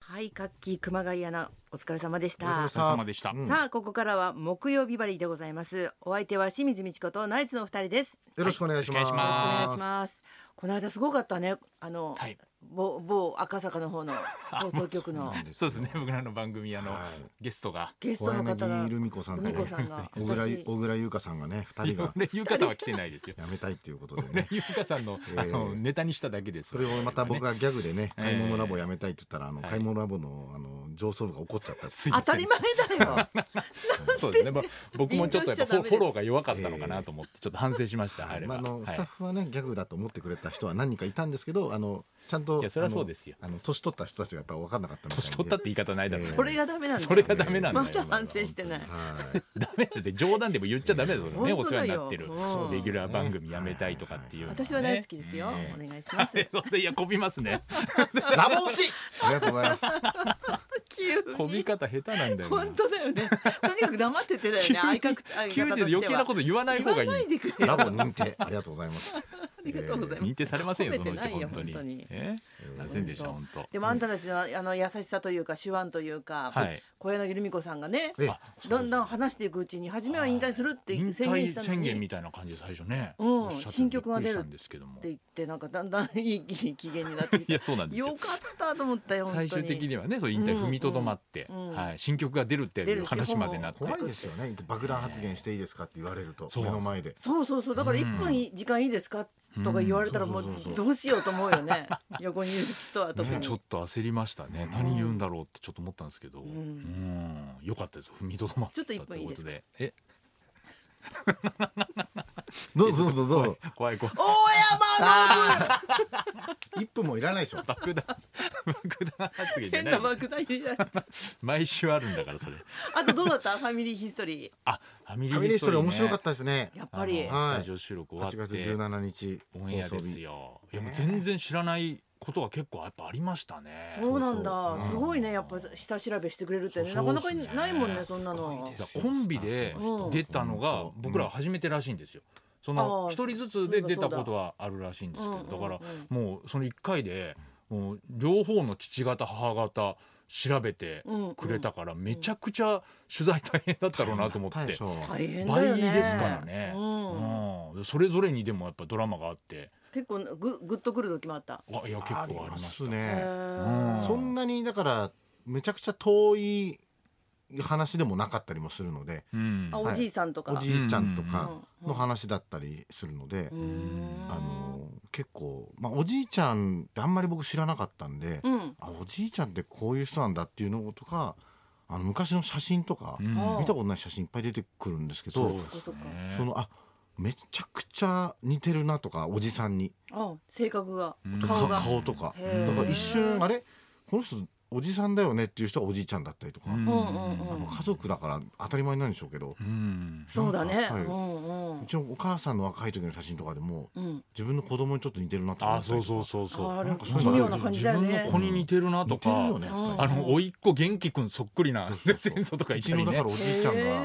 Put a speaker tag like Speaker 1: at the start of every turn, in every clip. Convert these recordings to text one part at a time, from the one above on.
Speaker 1: はい、カッキー熊谷アナ、お疲れ様でし
Speaker 2: お疲れ
Speaker 1: た。
Speaker 2: 様
Speaker 1: さ
Speaker 2: 様でしたうん
Speaker 1: あ、ここからは木曜日バリーでございます。お相手は清水美智子とナイツのお二人です。
Speaker 2: よ
Speaker 1: よ
Speaker 2: ろしくお願いします。
Speaker 1: ろしくお願いします。この間すごかったね、あの、
Speaker 3: はい
Speaker 1: 某某赤坂の方の放送局の
Speaker 3: そうですね。 僕らの番組、あの、
Speaker 2: はい
Speaker 3: ゲストが。
Speaker 1: ゲストの方が。
Speaker 2: 小柳ルミ子さんと
Speaker 1: ル
Speaker 2: ね
Speaker 1: ミ子さんが、
Speaker 2: 小倉
Speaker 1: 私
Speaker 2: 小倉優香さんがね、二人が
Speaker 3: ね、ゆうかさんは来てないですよ。
Speaker 2: やめたいっていうことで
Speaker 3: ね
Speaker 2: ね、。
Speaker 3: ゆうかさんの、あの、ネタにしただけです。
Speaker 2: それをまた僕
Speaker 3: は
Speaker 2: がギャグでね、
Speaker 3: えー
Speaker 2: 買い物ラボやめたいって言ったら、あの
Speaker 3: はい
Speaker 2: 買い物ラボのあの上層部が怒っちゃったって。
Speaker 3: すいま
Speaker 1: 当
Speaker 3: せ
Speaker 1: た
Speaker 3: ん
Speaker 1: り前だよ。
Speaker 3: そうですね。まあ、僕もちょっと
Speaker 1: 便乗
Speaker 3: やっぱフォ
Speaker 1: しちゃダメです
Speaker 3: フォローが弱かったのかなと思って、ちょっと反省しました。あれ
Speaker 2: まあ、
Speaker 3: は。
Speaker 2: あの
Speaker 3: はい
Speaker 2: スタッフはね、ギャグだと思ってくれた人は何人かいたんですけどあのちゃんと
Speaker 3: いやそれはそうですよ
Speaker 2: あのあの年取った人たちがやっぱ分かんなかったみたいで
Speaker 3: 年取ったって言い方ないだろうね。
Speaker 1: それがダメなんだよ。
Speaker 3: それがダメなんだよ。
Speaker 1: まだ反省してない。
Speaker 2: はい
Speaker 3: ダメだって冗談でも言っちゃダメだよ。それね、
Speaker 1: 本
Speaker 3: お
Speaker 1: 当
Speaker 3: 世話
Speaker 1: だ
Speaker 3: に
Speaker 1: よ
Speaker 3: なってる
Speaker 1: うん
Speaker 3: レギュラー番組やめたいとかっていうのね。
Speaker 1: 私は大好きですよ。
Speaker 3: ね
Speaker 1: お願いします。
Speaker 3: いや、こびますね。
Speaker 2: ラボ推しありがとうございます
Speaker 1: 急
Speaker 3: こび
Speaker 1: に。
Speaker 3: 方下手なんだ よな。
Speaker 1: 本当だよね。とにかく黙っててだよね。相方相方として
Speaker 3: 急
Speaker 1: は
Speaker 3: に余計なこと言わない方がい
Speaker 1: 言
Speaker 3: い
Speaker 1: わないでくれよ
Speaker 2: ラボ認定ありがとうございます
Speaker 1: ありがとうございます。
Speaker 3: 認定されませんよ、
Speaker 1: 褒
Speaker 3: そ
Speaker 1: め
Speaker 3: の
Speaker 1: て
Speaker 3: うち
Speaker 1: ないよ
Speaker 3: 本当に。
Speaker 1: 本当に
Speaker 3: ええ、ませんでした、本当。
Speaker 1: でもあんたたちのあの優しさというか手腕というか、
Speaker 3: はい
Speaker 1: 小柳ルミ子さんがね
Speaker 2: え
Speaker 1: だんだん話していくうちに初めは引退するって
Speaker 3: 引
Speaker 1: 宣言
Speaker 3: 退
Speaker 1: したの
Speaker 3: 宣
Speaker 1: に
Speaker 3: 言みたいな感じで最初ね。
Speaker 1: うん
Speaker 3: おっしゃってて
Speaker 1: 新曲が出る
Speaker 3: びっくりしたんですけども
Speaker 1: って。言ってなんかだんだんいい機機嫌になってき
Speaker 3: い
Speaker 1: て
Speaker 3: や、そうなんです
Speaker 1: よ
Speaker 3: よ。
Speaker 1: かったと思ったよ本当
Speaker 3: 最
Speaker 1: に
Speaker 3: 終的にはね、そう引退踏みとどまって、
Speaker 1: うんうんうん
Speaker 3: はい、新曲が出るっていう話までなって。
Speaker 2: 怖いですよね爆弾発言していいですかって言われると
Speaker 3: そう
Speaker 2: 目の前で
Speaker 1: そうそうそうだから1分い時間いいですかとか言われたら
Speaker 2: うん
Speaker 1: もう
Speaker 2: そうそうそう
Speaker 1: どうしようと思うよね 横にいる人は特
Speaker 3: ね
Speaker 1: に
Speaker 3: ちょっと焦りましたね、何言うんだろうってちょっと思ったんですけど、うんん、よかったです踏みとどまったって
Speaker 1: ちょっと一分いい
Speaker 3: こ
Speaker 1: で
Speaker 3: と
Speaker 1: すか
Speaker 3: でえ
Speaker 2: どうぞどうぞどうぞ
Speaker 3: 怖い怖い
Speaker 1: 大山の
Speaker 2: 一分もいらないでしょ
Speaker 3: 爆弾爆弾発言じゃ
Speaker 1: 変
Speaker 3: な
Speaker 1: ない爆弾入れられた
Speaker 3: 毎週あるんだからそれ
Speaker 1: あとどうだったファミリーヒストリ
Speaker 3: あファミリ
Speaker 2: ファミリー
Speaker 3: ー
Speaker 2: ストーリー面白かったたですね
Speaker 1: ーやっぱり
Speaker 3: あ
Speaker 2: はい
Speaker 3: のスタジオ収録終わっ
Speaker 2: 8
Speaker 3: て
Speaker 2: 月17日
Speaker 3: オンエアです
Speaker 2: よ
Speaker 3: よ。いや
Speaker 2: ね
Speaker 3: もう全然知らないことが結構やっぱありましたね。
Speaker 1: そうなんだ
Speaker 2: そうそう
Speaker 1: すごいねやっぱ下調べしてくれるってねな
Speaker 3: そう
Speaker 1: か
Speaker 3: そう
Speaker 1: なかないもんね
Speaker 3: す
Speaker 1: そんな
Speaker 2: すごい
Speaker 1: の
Speaker 2: で
Speaker 3: だ
Speaker 2: す
Speaker 3: からコンビで
Speaker 1: うん
Speaker 3: 出たのが僕ら初めてらしいんですよ。その
Speaker 1: あー
Speaker 3: 一人ずつで出たことはあるらしいんですけ
Speaker 1: う
Speaker 3: ど、
Speaker 1: んうんう
Speaker 3: だ
Speaker 1: ん
Speaker 3: からもうその一回でもう両方の父方母方調べてくれたからめちゃくちゃ取材大変だったろうなと思って。
Speaker 2: 大将
Speaker 1: 大変だよ
Speaker 3: 倍
Speaker 1: ね
Speaker 3: ですからね、
Speaker 1: うん
Speaker 3: うんそれぞれにでもやっぱドラマがあって
Speaker 1: 結構ググッとくる時もあった
Speaker 3: あいや結構ありました
Speaker 2: あり
Speaker 1: へ
Speaker 2: ね
Speaker 1: ー
Speaker 3: うん
Speaker 2: そんなにだからめちゃくちゃ遠い話でもなかったりもするので
Speaker 3: うん
Speaker 1: あ
Speaker 2: はい
Speaker 1: おじいさんとか
Speaker 2: おじいちゃんと
Speaker 1: う
Speaker 2: か
Speaker 1: んうんうん
Speaker 2: の話だったりするので、
Speaker 1: うーん
Speaker 2: あの結構、まあ、おじいちゃんってあんまり僕知らなかったんで、
Speaker 1: うん
Speaker 2: あおじいちゃんってこういう人なんだっていうのとかあの昔の写真とか、
Speaker 3: うん
Speaker 1: あ
Speaker 2: 見たことない写真いっぱい出てくるんですけど
Speaker 1: そ
Speaker 2: そ
Speaker 1: っかそっか
Speaker 3: ね
Speaker 2: のあめちゃくちゃ似てるなとかおじさんに
Speaker 1: あ性格が
Speaker 3: うん
Speaker 1: 顔が
Speaker 2: か顔とか
Speaker 1: へー
Speaker 2: だから一瞬あれこの人おじさんだよねっていう人がおじいちゃんだったりとか、
Speaker 1: うんうんうん
Speaker 2: あの家族だから当たり前なんでしょうけど、
Speaker 3: うん
Speaker 1: そうだね
Speaker 2: なんか
Speaker 1: う
Speaker 2: はい
Speaker 1: んう
Speaker 2: うんちのお母さんの若い時の写真とかでも
Speaker 1: うん
Speaker 2: 自分の子供にちょっと似てるなとか思
Speaker 3: あ
Speaker 2: った
Speaker 3: そ
Speaker 2: り
Speaker 3: う
Speaker 2: とか
Speaker 3: そうそうそう
Speaker 1: あれ
Speaker 2: なんかそういう
Speaker 1: 奇
Speaker 2: の
Speaker 1: 妙な感じだよ
Speaker 3: 自分の
Speaker 1: ね
Speaker 3: 子に似てるなと
Speaker 2: 似てる
Speaker 3: か、
Speaker 2: よねやっぱり
Speaker 1: うん
Speaker 3: あの甥っ子元気くんそっくりな
Speaker 2: そうそう
Speaker 3: 前祖とか
Speaker 2: う
Speaker 3: い
Speaker 2: ち
Speaker 3: た
Speaker 2: の
Speaker 3: り
Speaker 2: だか
Speaker 3: ね
Speaker 2: らおじいちゃん
Speaker 1: へ
Speaker 2: が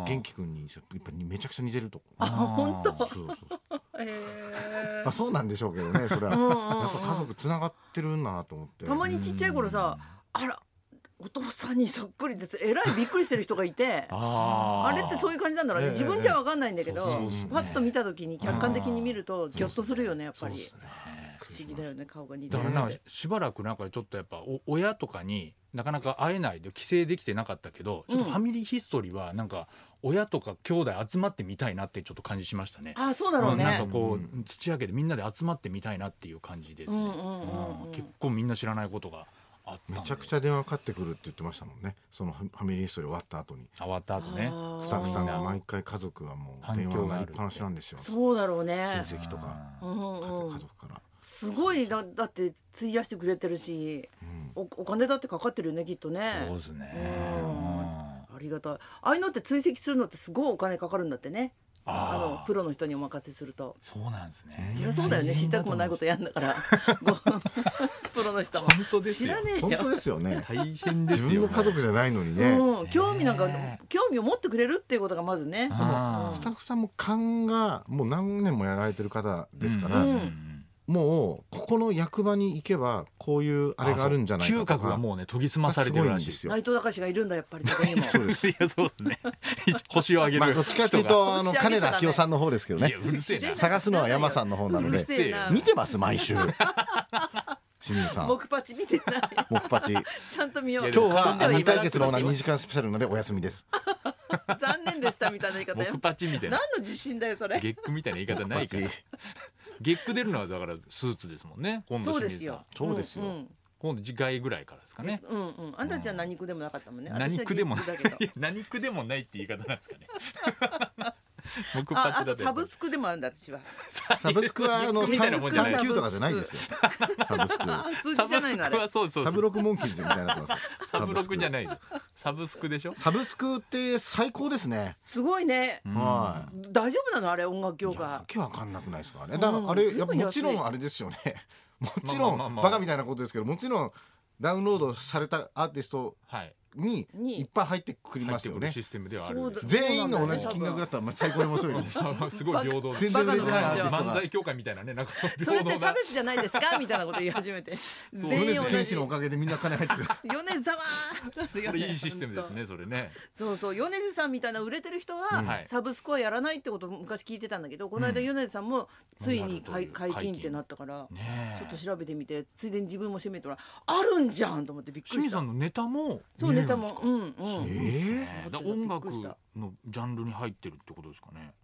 Speaker 3: うん
Speaker 2: 元気くんにやっぱりめちゃくちゃ似てると
Speaker 1: あ本当
Speaker 2: そうそうそう
Speaker 1: へー
Speaker 2: まあそうなんでしょうけどねそれは
Speaker 1: うんうんうん
Speaker 2: やっぱ家族つながってるんだなと思って
Speaker 1: たまにちっちゃい頃さあらお父さんにそっくりですえらいびっくりしてる人がいてあ
Speaker 3: あー
Speaker 1: れってそういう感じなんだろうね
Speaker 2: ええ
Speaker 1: 自分じゃわかんないんだけど
Speaker 3: そう
Speaker 2: そうそう
Speaker 1: パッと見た時に客観的に見るとギョッとするよねやっぱり
Speaker 2: そうっすね
Speaker 1: 不思議だよね顔が似て
Speaker 3: だ
Speaker 1: る
Speaker 3: から
Speaker 1: の
Speaker 3: なんかしばらくなんかちょっとやっぱお親とかになかなか会えないで帰省できてなかったけどちょっと
Speaker 1: うん
Speaker 3: ファミリーヒストリーはなんか親とか兄弟集まってみたいなってちょっと感じしましたね。
Speaker 1: あーそうだろう
Speaker 3: うんなん
Speaker 1: ね
Speaker 3: かこ
Speaker 2: う
Speaker 3: う土上げでみんなで集まってみたいなっていう感じですね。
Speaker 1: うんうんうんうん
Speaker 3: うん結構みんな知らないことがあったんで。
Speaker 2: めちゃくちゃ電話かかってくるって言ってましたもんねそのファミリーストーリー終わった後に
Speaker 3: 終わった後ね。
Speaker 1: あー
Speaker 2: スタッフさんが毎回家族はもう電話になりっぱなしなんですよ親
Speaker 1: そうだろうね
Speaker 2: 戚とか
Speaker 1: う
Speaker 2: 家
Speaker 1: んう
Speaker 2: 族家
Speaker 1: ん
Speaker 2: 族から
Speaker 1: すごいだだって費やしてくれてるし
Speaker 2: うん
Speaker 1: おお金だってかかってるよねきっとね
Speaker 3: そうですね。
Speaker 1: うん
Speaker 3: うん
Speaker 1: ありがたいああいうのって追跡するのってすごいお金かかるんだってね
Speaker 3: あー
Speaker 1: あのプロの人にお任せすると
Speaker 3: そうなんですね。
Speaker 1: そりゃそうだよね知りたくもないことやんだから ご プロの人も
Speaker 3: 本当です
Speaker 1: 知
Speaker 3: よ
Speaker 1: らねえ
Speaker 2: 本
Speaker 1: よ
Speaker 2: 当です よね
Speaker 3: 大変です
Speaker 2: 自
Speaker 3: よ。
Speaker 2: 分の家族じゃないのにね
Speaker 1: うん、興味なんか、
Speaker 3: ねえ
Speaker 1: 興味を持ってくれるっていうことがまずね
Speaker 3: あ
Speaker 2: スタッフさんも勘がもう何年もやられてる方ですか
Speaker 1: う
Speaker 2: ら、
Speaker 1: ん
Speaker 3: ーうん
Speaker 2: もうここの役場に行けばこういうあれがあるんじゃないか
Speaker 3: 嗅
Speaker 2: とか
Speaker 3: 覚がもうね研ぎ澄まさ
Speaker 2: が
Speaker 3: れ
Speaker 2: す
Speaker 3: て
Speaker 2: ご
Speaker 3: る
Speaker 2: いん
Speaker 3: ら
Speaker 2: で
Speaker 3: しい
Speaker 2: すよ。
Speaker 1: 内藤隆がいるんだやっぱりそこにも
Speaker 2: そうです。
Speaker 3: いやそうですね 星をあげ
Speaker 2: まあ
Speaker 3: る
Speaker 2: どっちかっていうとあの
Speaker 1: 押し上げ
Speaker 2: 金
Speaker 1: ちゃダメ
Speaker 2: 田明夫さんの方ですけど
Speaker 3: い
Speaker 2: ね
Speaker 3: や。うるせえな
Speaker 2: 探すのは山さんの方なの
Speaker 1: うる
Speaker 2: で
Speaker 1: せえな
Speaker 2: 見てます毎 週。清水さん。
Speaker 1: 木パチ見てない
Speaker 2: 木パチ。
Speaker 1: ちゃんと見よう
Speaker 3: いやで
Speaker 2: 今
Speaker 3: も
Speaker 2: 日はあの未解決のオーナー2時間スペシャルなのでお休み です。
Speaker 1: 残念でしたみたいな言い方や
Speaker 3: 木パチみたいな
Speaker 1: 何の自信だよそれ
Speaker 3: 月句みたいな言い方な
Speaker 2: パ
Speaker 3: いか
Speaker 2: チ
Speaker 3: ら。月句出るのはだからスーツですもんね今度
Speaker 1: そうで
Speaker 3: 清水
Speaker 1: す
Speaker 3: さ
Speaker 1: よ
Speaker 3: ん
Speaker 2: そうですよ
Speaker 1: んん
Speaker 3: 今度次回ぐらいからですかね
Speaker 1: 別うんうんあんたたちは何区でもなかったもんね
Speaker 3: 何区でもな
Speaker 1: 私
Speaker 3: い
Speaker 1: は月九だ けど
Speaker 3: 何区でもないって言い方なんで すかね木パ
Speaker 1: ああ
Speaker 3: チだ
Speaker 1: とサブ
Speaker 3: と
Speaker 1: スクでもあるんだ私は
Speaker 2: サブスクはあの
Speaker 3: みたいな
Speaker 2: 三
Speaker 3: もんじゃない
Speaker 2: 三級とかじゃないですよ。サブスク。
Speaker 1: あ数
Speaker 3: サ
Speaker 1: 字じゃ
Speaker 3: ブ
Speaker 1: ない
Speaker 3: ス
Speaker 1: のあ
Speaker 3: クは
Speaker 1: れ
Speaker 3: そうそう
Speaker 2: サブロクモンキーズみたいになってます。
Speaker 3: サブロクじゃ
Speaker 2: い。
Speaker 3: ないですサブスクでしょ
Speaker 2: サブスクって最高ですね。
Speaker 1: すごいね
Speaker 2: は
Speaker 1: 大丈夫なのあれ音楽
Speaker 2: い。
Speaker 1: 業
Speaker 2: いやわ
Speaker 1: 界
Speaker 2: けわかんなくないですかあれ。だからあれ
Speaker 1: うん
Speaker 2: やっぱもちろ
Speaker 1: すごい安
Speaker 2: ん
Speaker 1: い
Speaker 2: あれですよね。もちろ
Speaker 3: まあまあまあ
Speaker 2: ん
Speaker 3: まあ
Speaker 2: バカみたいなことですけどもちろんダウンロードされたアーティスト
Speaker 3: はい
Speaker 2: に
Speaker 1: に
Speaker 2: いっぱい入ってくり
Speaker 3: 入
Speaker 2: ま
Speaker 3: っ
Speaker 2: す
Speaker 3: て
Speaker 2: よ
Speaker 3: くる
Speaker 2: ね。
Speaker 3: システムではあるんです
Speaker 1: そう
Speaker 2: 全員
Speaker 1: な
Speaker 2: の
Speaker 1: んだ
Speaker 2: 同
Speaker 1: よ
Speaker 2: じ金額だったらまあ最高に面白い。
Speaker 3: よ すごい平等
Speaker 2: 全然売れてないアーティスト
Speaker 3: 漫
Speaker 2: が
Speaker 3: 才。協会みたいなねなんか
Speaker 1: それっ
Speaker 3: 平
Speaker 1: て
Speaker 3: 等
Speaker 1: 差
Speaker 3: な
Speaker 1: 別じゃないですかみたいなこと言い始めて全
Speaker 2: 米
Speaker 1: 員同
Speaker 2: 津
Speaker 1: じ
Speaker 2: 玄師のおかげでみんな金入ってくる。
Speaker 1: 米沢なんだよね
Speaker 3: それいいシステムですねそれね
Speaker 1: そうそう米津さんみたいな売れてる人
Speaker 3: うんは
Speaker 1: はいサブスクはやらないってことを昔聞いてたんだけど、この間
Speaker 3: うん
Speaker 1: 米津さんもついに
Speaker 3: な
Speaker 1: 解
Speaker 3: るという
Speaker 1: 解禁ってなったから、
Speaker 3: ねえ
Speaker 1: ちょっと調べてみてついでに自分も閉めてもらうあるんじゃんと思ってびっく
Speaker 3: 清
Speaker 1: り
Speaker 3: 水
Speaker 1: し
Speaker 3: さ
Speaker 1: た
Speaker 3: んのネタも
Speaker 1: そうネタ
Speaker 3: 見れるんで
Speaker 1: も
Speaker 3: すか
Speaker 1: うん
Speaker 2: え
Speaker 1: うん
Speaker 2: え。
Speaker 3: ね
Speaker 1: え
Speaker 3: だから音楽のジャンルに入ってるってことですかね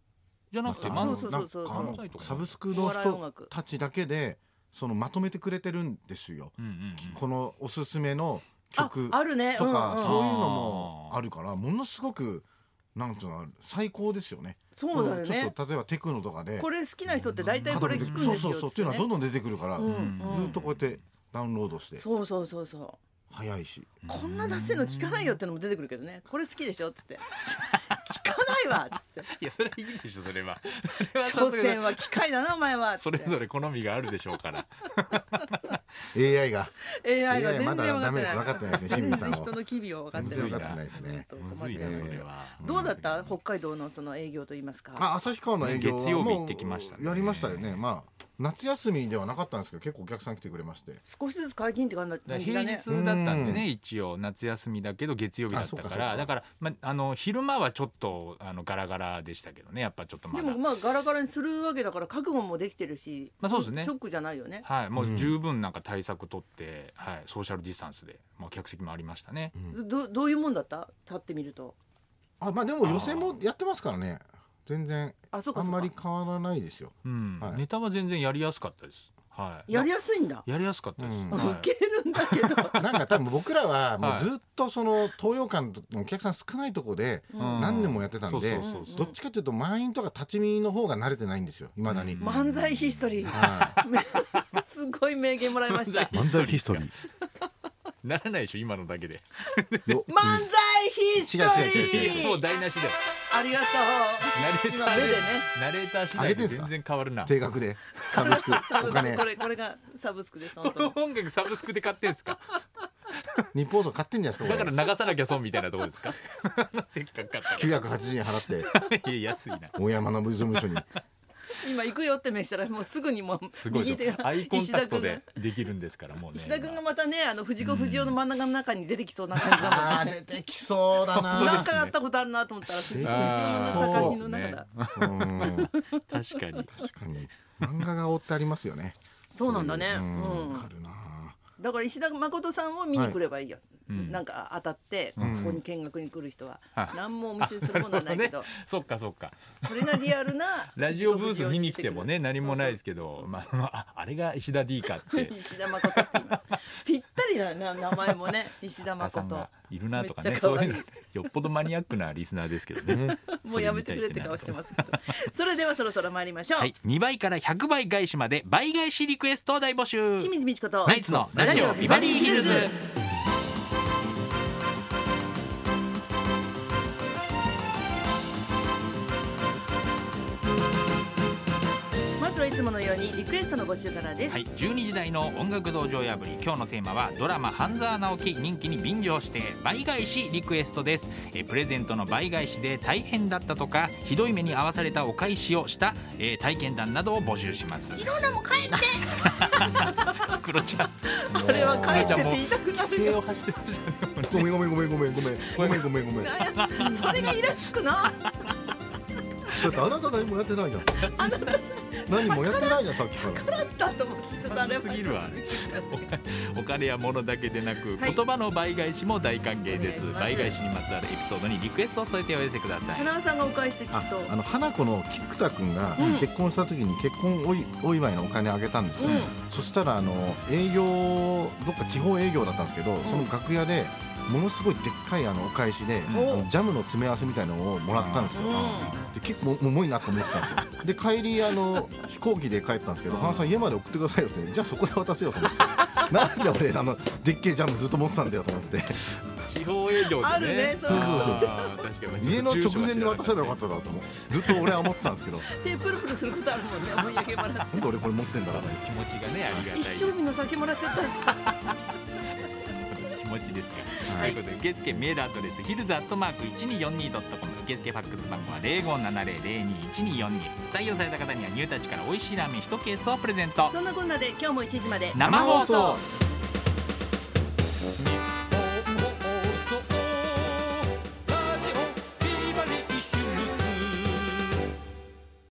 Speaker 3: じゃなくて
Speaker 1: あ
Speaker 2: あの
Speaker 3: 漫
Speaker 1: そうそう
Speaker 2: な
Speaker 1: そ
Speaker 2: ん
Speaker 1: うそう
Speaker 2: かあの
Speaker 3: そう
Speaker 2: サブスクの人たちだけでそのまとめてくれてるんですよ、
Speaker 3: うんうんうん
Speaker 2: このおすすめの
Speaker 1: あ
Speaker 2: 曲と
Speaker 1: あ
Speaker 2: か、
Speaker 1: るね
Speaker 2: そういう
Speaker 1: うんうん、
Speaker 3: そ
Speaker 2: のもあるからものすごくなんつうの最高ですよね
Speaker 1: そうだよ
Speaker 2: ちょ
Speaker 1: ね
Speaker 2: っと例えばテクノとかで
Speaker 1: これ好きな人って大体これ聞くんです
Speaker 2: そ
Speaker 1: よ
Speaker 2: うそうそうっていうのはどんどん出てくるから、
Speaker 1: うん
Speaker 2: ず
Speaker 1: うん
Speaker 2: っとこうやってダウンロードして
Speaker 1: そうそうそうそう
Speaker 2: 早いし
Speaker 1: こんな出せの聞かないよってのも出てくるけどねこれ好きでしょっつって聞かないわっつって
Speaker 3: いやそれはいいでしょそれは
Speaker 1: 所詮は機械だなお前はっつ
Speaker 3: そ
Speaker 1: って
Speaker 3: れぞれ好みがあるでしょうから
Speaker 2: AI が
Speaker 1: AI が
Speaker 2: AI ま
Speaker 1: 全然
Speaker 2: だ
Speaker 1: 分か
Speaker 2: ダ
Speaker 1: って
Speaker 2: メです
Speaker 1: ない
Speaker 2: 分かってな いですね清水さ
Speaker 1: 全
Speaker 2: ん
Speaker 1: 然
Speaker 2: を
Speaker 1: 人の機微を分かって
Speaker 2: 全
Speaker 1: な
Speaker 2: 然分
Speaker 1: い
Speaker 2: かってないですね
Speaker 1: うん
Speaker 3: むずいな
Speaker 1: 困っちゃう
Speaker 3: それは
Speaker 1: どうだった北海道のその営業と言いますか
Speaker 2: あ旭川の営業
Speaker 3: 月
Speaker 2: は
Speaker 3: 曜日
Speaker 2: も
Speaker 3: 行ってきましたね
Speaker 2: うやりましたよねまあ夏休みではなかったんですけど結構お客さん来てくれまして
Speaker 1: 少しずつ解禁って感じ
Speaker 3: だから
Speaker 1: 感じ
Speaker 3: 平
Speaker 1: だ
Speaker 3: 日だ
Speaker 1: ね
Speaker 3: ったんでね、一応夏休みだけど月曜日だった
Speaker 2: あそう
Speaker 3: か
Speaker 2: からそうか
Speaker 3: だから、ま、あの昼間はちょっとあのガラガラでしたけどねやっぱちょっとま
Speaker 1: で
Speaker 3: だ
Speaker 1: もまあガラガラにするわけだから覚悟もできてるし
Speaker 3: まあそうですね
Speaker 1: ショックじゃないよね
Speaker 3: はい、もう十分なんか対策取って、はい、ソーシャルディスタンスで、まあ、客席もありましたね。
Speaker 1: どどういうもんだった立ってみると
Speaker 2: あまあでも予選もやってますからね全然
Speaker 1: あそうか
Speaker 2: あ
Speaker 1: そ
Speaker 2: ん
Speaker 1: うか
Speaker 2: まり変わらないですよ
Speaker 3: うん、
Speaker 2: はい
Speaker 3: ネタは全然やりやすかったです。はい。
Speaker 1: やりやすいんだ
Speaker 3: やりやすかったです。
Speaker 2: うん
Speaker 3: はい
Speaker 1: 受けるんだけど
Speaker 2: なんか多分僕ら はも
Speaker 3: は
Speaker 2: う
Speaker 3: い
Speaker 2: ずっとその東洋館のお客さん少ないとこで
Speaker 3: うん
Speaker 2: 何年もやってたんで
Speaker 3: そうそうそうそう
Speaker 2: どっちかっていうと満員とか立ち見の方が慣れてないんですよいまだに、
Speaker 3: うん
Speaker 1: 漫才ヒストリー
Speaker 2: は
Speaker 1: め すごい名言もらいました漫
Speaker 2: い、
Speaker 3: 漫才ヒ
Speaker 2: ストリー
Speaker 3: ならないでしょ今のだけで。
Speaker 1: 才ヒストリ
Speaker 2: 違
Speaker 1: ー
Speaker 3: もう台無しだよ。
Speaker 1: ありがとう
Speaker 3: ナレータ
Speaker 1: 今
Speaker 3: ー
Speaker 1: 目
Speaker 3: で
Speaker 1: でね
Speaker 3: ナレーター次
Speaker 2: あ
Speaker 3: 第
Speaker 2: れで
Speaker 3: です
Speaker 2: か
Speaker 3: 全然変わるな。
Speaker 2: 定額でサブ スク
Speaker 1: サブ
Speaker 2: お
Speaker 1: スク
Speaker 2: 金
Speaker 1: これこれがサブスクです本
Speaker 3: こ
Speaker 1: 当に
Speaker 3: の音楽サブスクで買ってんですか。
Speaker 2: 日本放送買ってんじゃないです
Speaker 3: だ
Speaker 2: か
Speaker 3: か
Speaker 2: こ
Speaker 3: ら
Speaker 2: れ
Speaker 3: 流さなきゃ損みたいなとこです か。せっかく買ったか
Speaker 2: 980円払って
Speaker 3: ら。いや安いな。
Speaker 2: 大山の事務所に
Speaker 1: 今行くよって目したらもうすぐにもう
Speaker 3: すごい
Speaker 1: 右
Speaker 3: で
Speaker 1: 手
Speaker 3: すよ。
Speaker 1: が
Speaker 3: アイコン
Speaker 1: 石田
Speaker 3: タク
Speaker 1: 君
Speaker 3: ト
Speaker 1: が
Speaker 3: でできるんですからもうね。
Speaker 1: 石田君がまたねあの藤子不二雄の真ん中の中に出てきそうな感じだもん
Speaker 2: あー出てきそうだ
Speaker 1: なん
Speaker 2: な
Speaker 1: かやったことあるなと思ったら藤子不
Speaker 3: あー
Speaker 1: 二雄の作品の中だ
Speaker 2: うん
Speaker 3: 確かに。
Speaker 2: 確かに漫画が追ってありますよね
Speaker 1: そうなんだね
Speaker 2: うんわか
Speaker 1: う
Speaker 2: るな。
Speaker 1: んだから石田誠さんを見に来ればいいよ
Speaker 3: うん
Speaker 1: なんか当たってここに見学に来る人は
Speaker 3: はい
Speaker 1: 何もお見せするものはないけど
Speaker 3: ねそっかそっか。
Speaker 1: これがリアルな
Speaker 3: ラジオブース見に来てもね何もないです
Speaker 1: け
Speaker 3: けど、まあ、ああれが石田 D か って
Speaker 1: 石田誠って言いますぴったりだな名前もね石田
Speaker 3: 田さ
Speaker 1: 誠
Speaker 3: んがいるなとか
Speaker 1: め
Speaker 3: ね
Speaker 1: っちゃ可
Speaker 3: そう
Speaker 1: 愛い
Speaker 3: いうよっぽどマニアックなリスナーですけど ね。
Speaker 1: もうやめてくれって顔してますけど。それではそろそろ参りましょう。
Speaker 3: はい、2倍から100倍返しまで倍返しリクエストを大募集
Speaker 1: 清水美智子と
Speaker 3: ナイツのラジオビバリーヒルズ
Speaker 1: まずはいつものよようにリクエストの募集からです、
Speaker 3: はい、12時台の音楽道場破り今日のテーマはドラマ半沢直樹人気に便乗して倍返しリクエストですえープレゼントの倍返しで大変だったとかひどい目に遭わされたお返しをした、えー体験談などを募集します
Speaker 1: いろんなもん帰って
Speaker 3: クロちゃ
Speaker 1: あ
Speaker 3: ん
Speaker 1: れは帰ってって言いたくなる
Speaker 3: 規制
Speaker 1: よ
Speaker 3: を走ってましたね
Speaker 2: ごめんごめんごめんごめんごめんごめんごめんごめん
Speaker 1: それがイラつくな
Speaker 2: だってあなた何もやってないじゃん何もやってないじゃんさっきから
Speaker 1: だったと思ってちょっとあれは
Speaker 3: すぎるわお金や物だけでなく、
Speaker 1: はい
Speaker 3: 言葉の倍返しも大歓迎で
Speaker 1: お願いし
Speaker 3: す
Speaker 1: ます
Speaker 3: 倍返しにまつわるエピソードにリクエストを添えてお寄せください
Speaker 1: 花輪さんがお返してきっと
Speaker 2: ああの花子の菊田君が
Speaker 1: うん
Speaker 2: 結婚した時に結婚おいお祝いのお金あげたんですよ、
Speaker 1: うん
Speaker 2: そしたらあの営業どっか地方営業だったんですけど、その楽屋でものすごいでっかいあのお返しで、
Speaker 1: お
Speaker 2: あのジャムの詰め合わせみたいなのをもらったんですよ、
Speaker 1: う
Speaker 2: で結構重いなと思ってたんですよで帰りあの飛行機で帰ったんですけど「花さん家まで送ってくださいよ」って「じゃあそこで渡せよ」と思って なんで俺あのでっけえジャムずっと持ってたんだよと思って
Speaker 3: 地方営業でね
Speaker 1: あるねそう
Speaker 2: そうそう
Speaker 3: あー確かに
Speaker 2: 家の直前に渡せばよか
Speaker 3: っ
Speaker 2: ったなと思うずっと俺は思ってたんですけど
Speaker 1: 手プルプルすることあるもんね思い上げもらって
Speaker 2: なんで俺これ持ってんだろう
Speaker 3: 気持ちがねありがたい
Speaker 1: 一生日の酒もらっちゃった
Speaker 3: 気持ちですが、
Speaker 1: はい
Speaker 3: ということで受付メールアドレスヒルズアットマーク 1242.com 受付ファックス番号は0570021242採用された方にはニュータッチから美味しいラーメン1ケースをプレゼント
Speaker 1: そんなこんなで今日も1時まで
Speaker 3: 生放送
Speaker 2: 生放送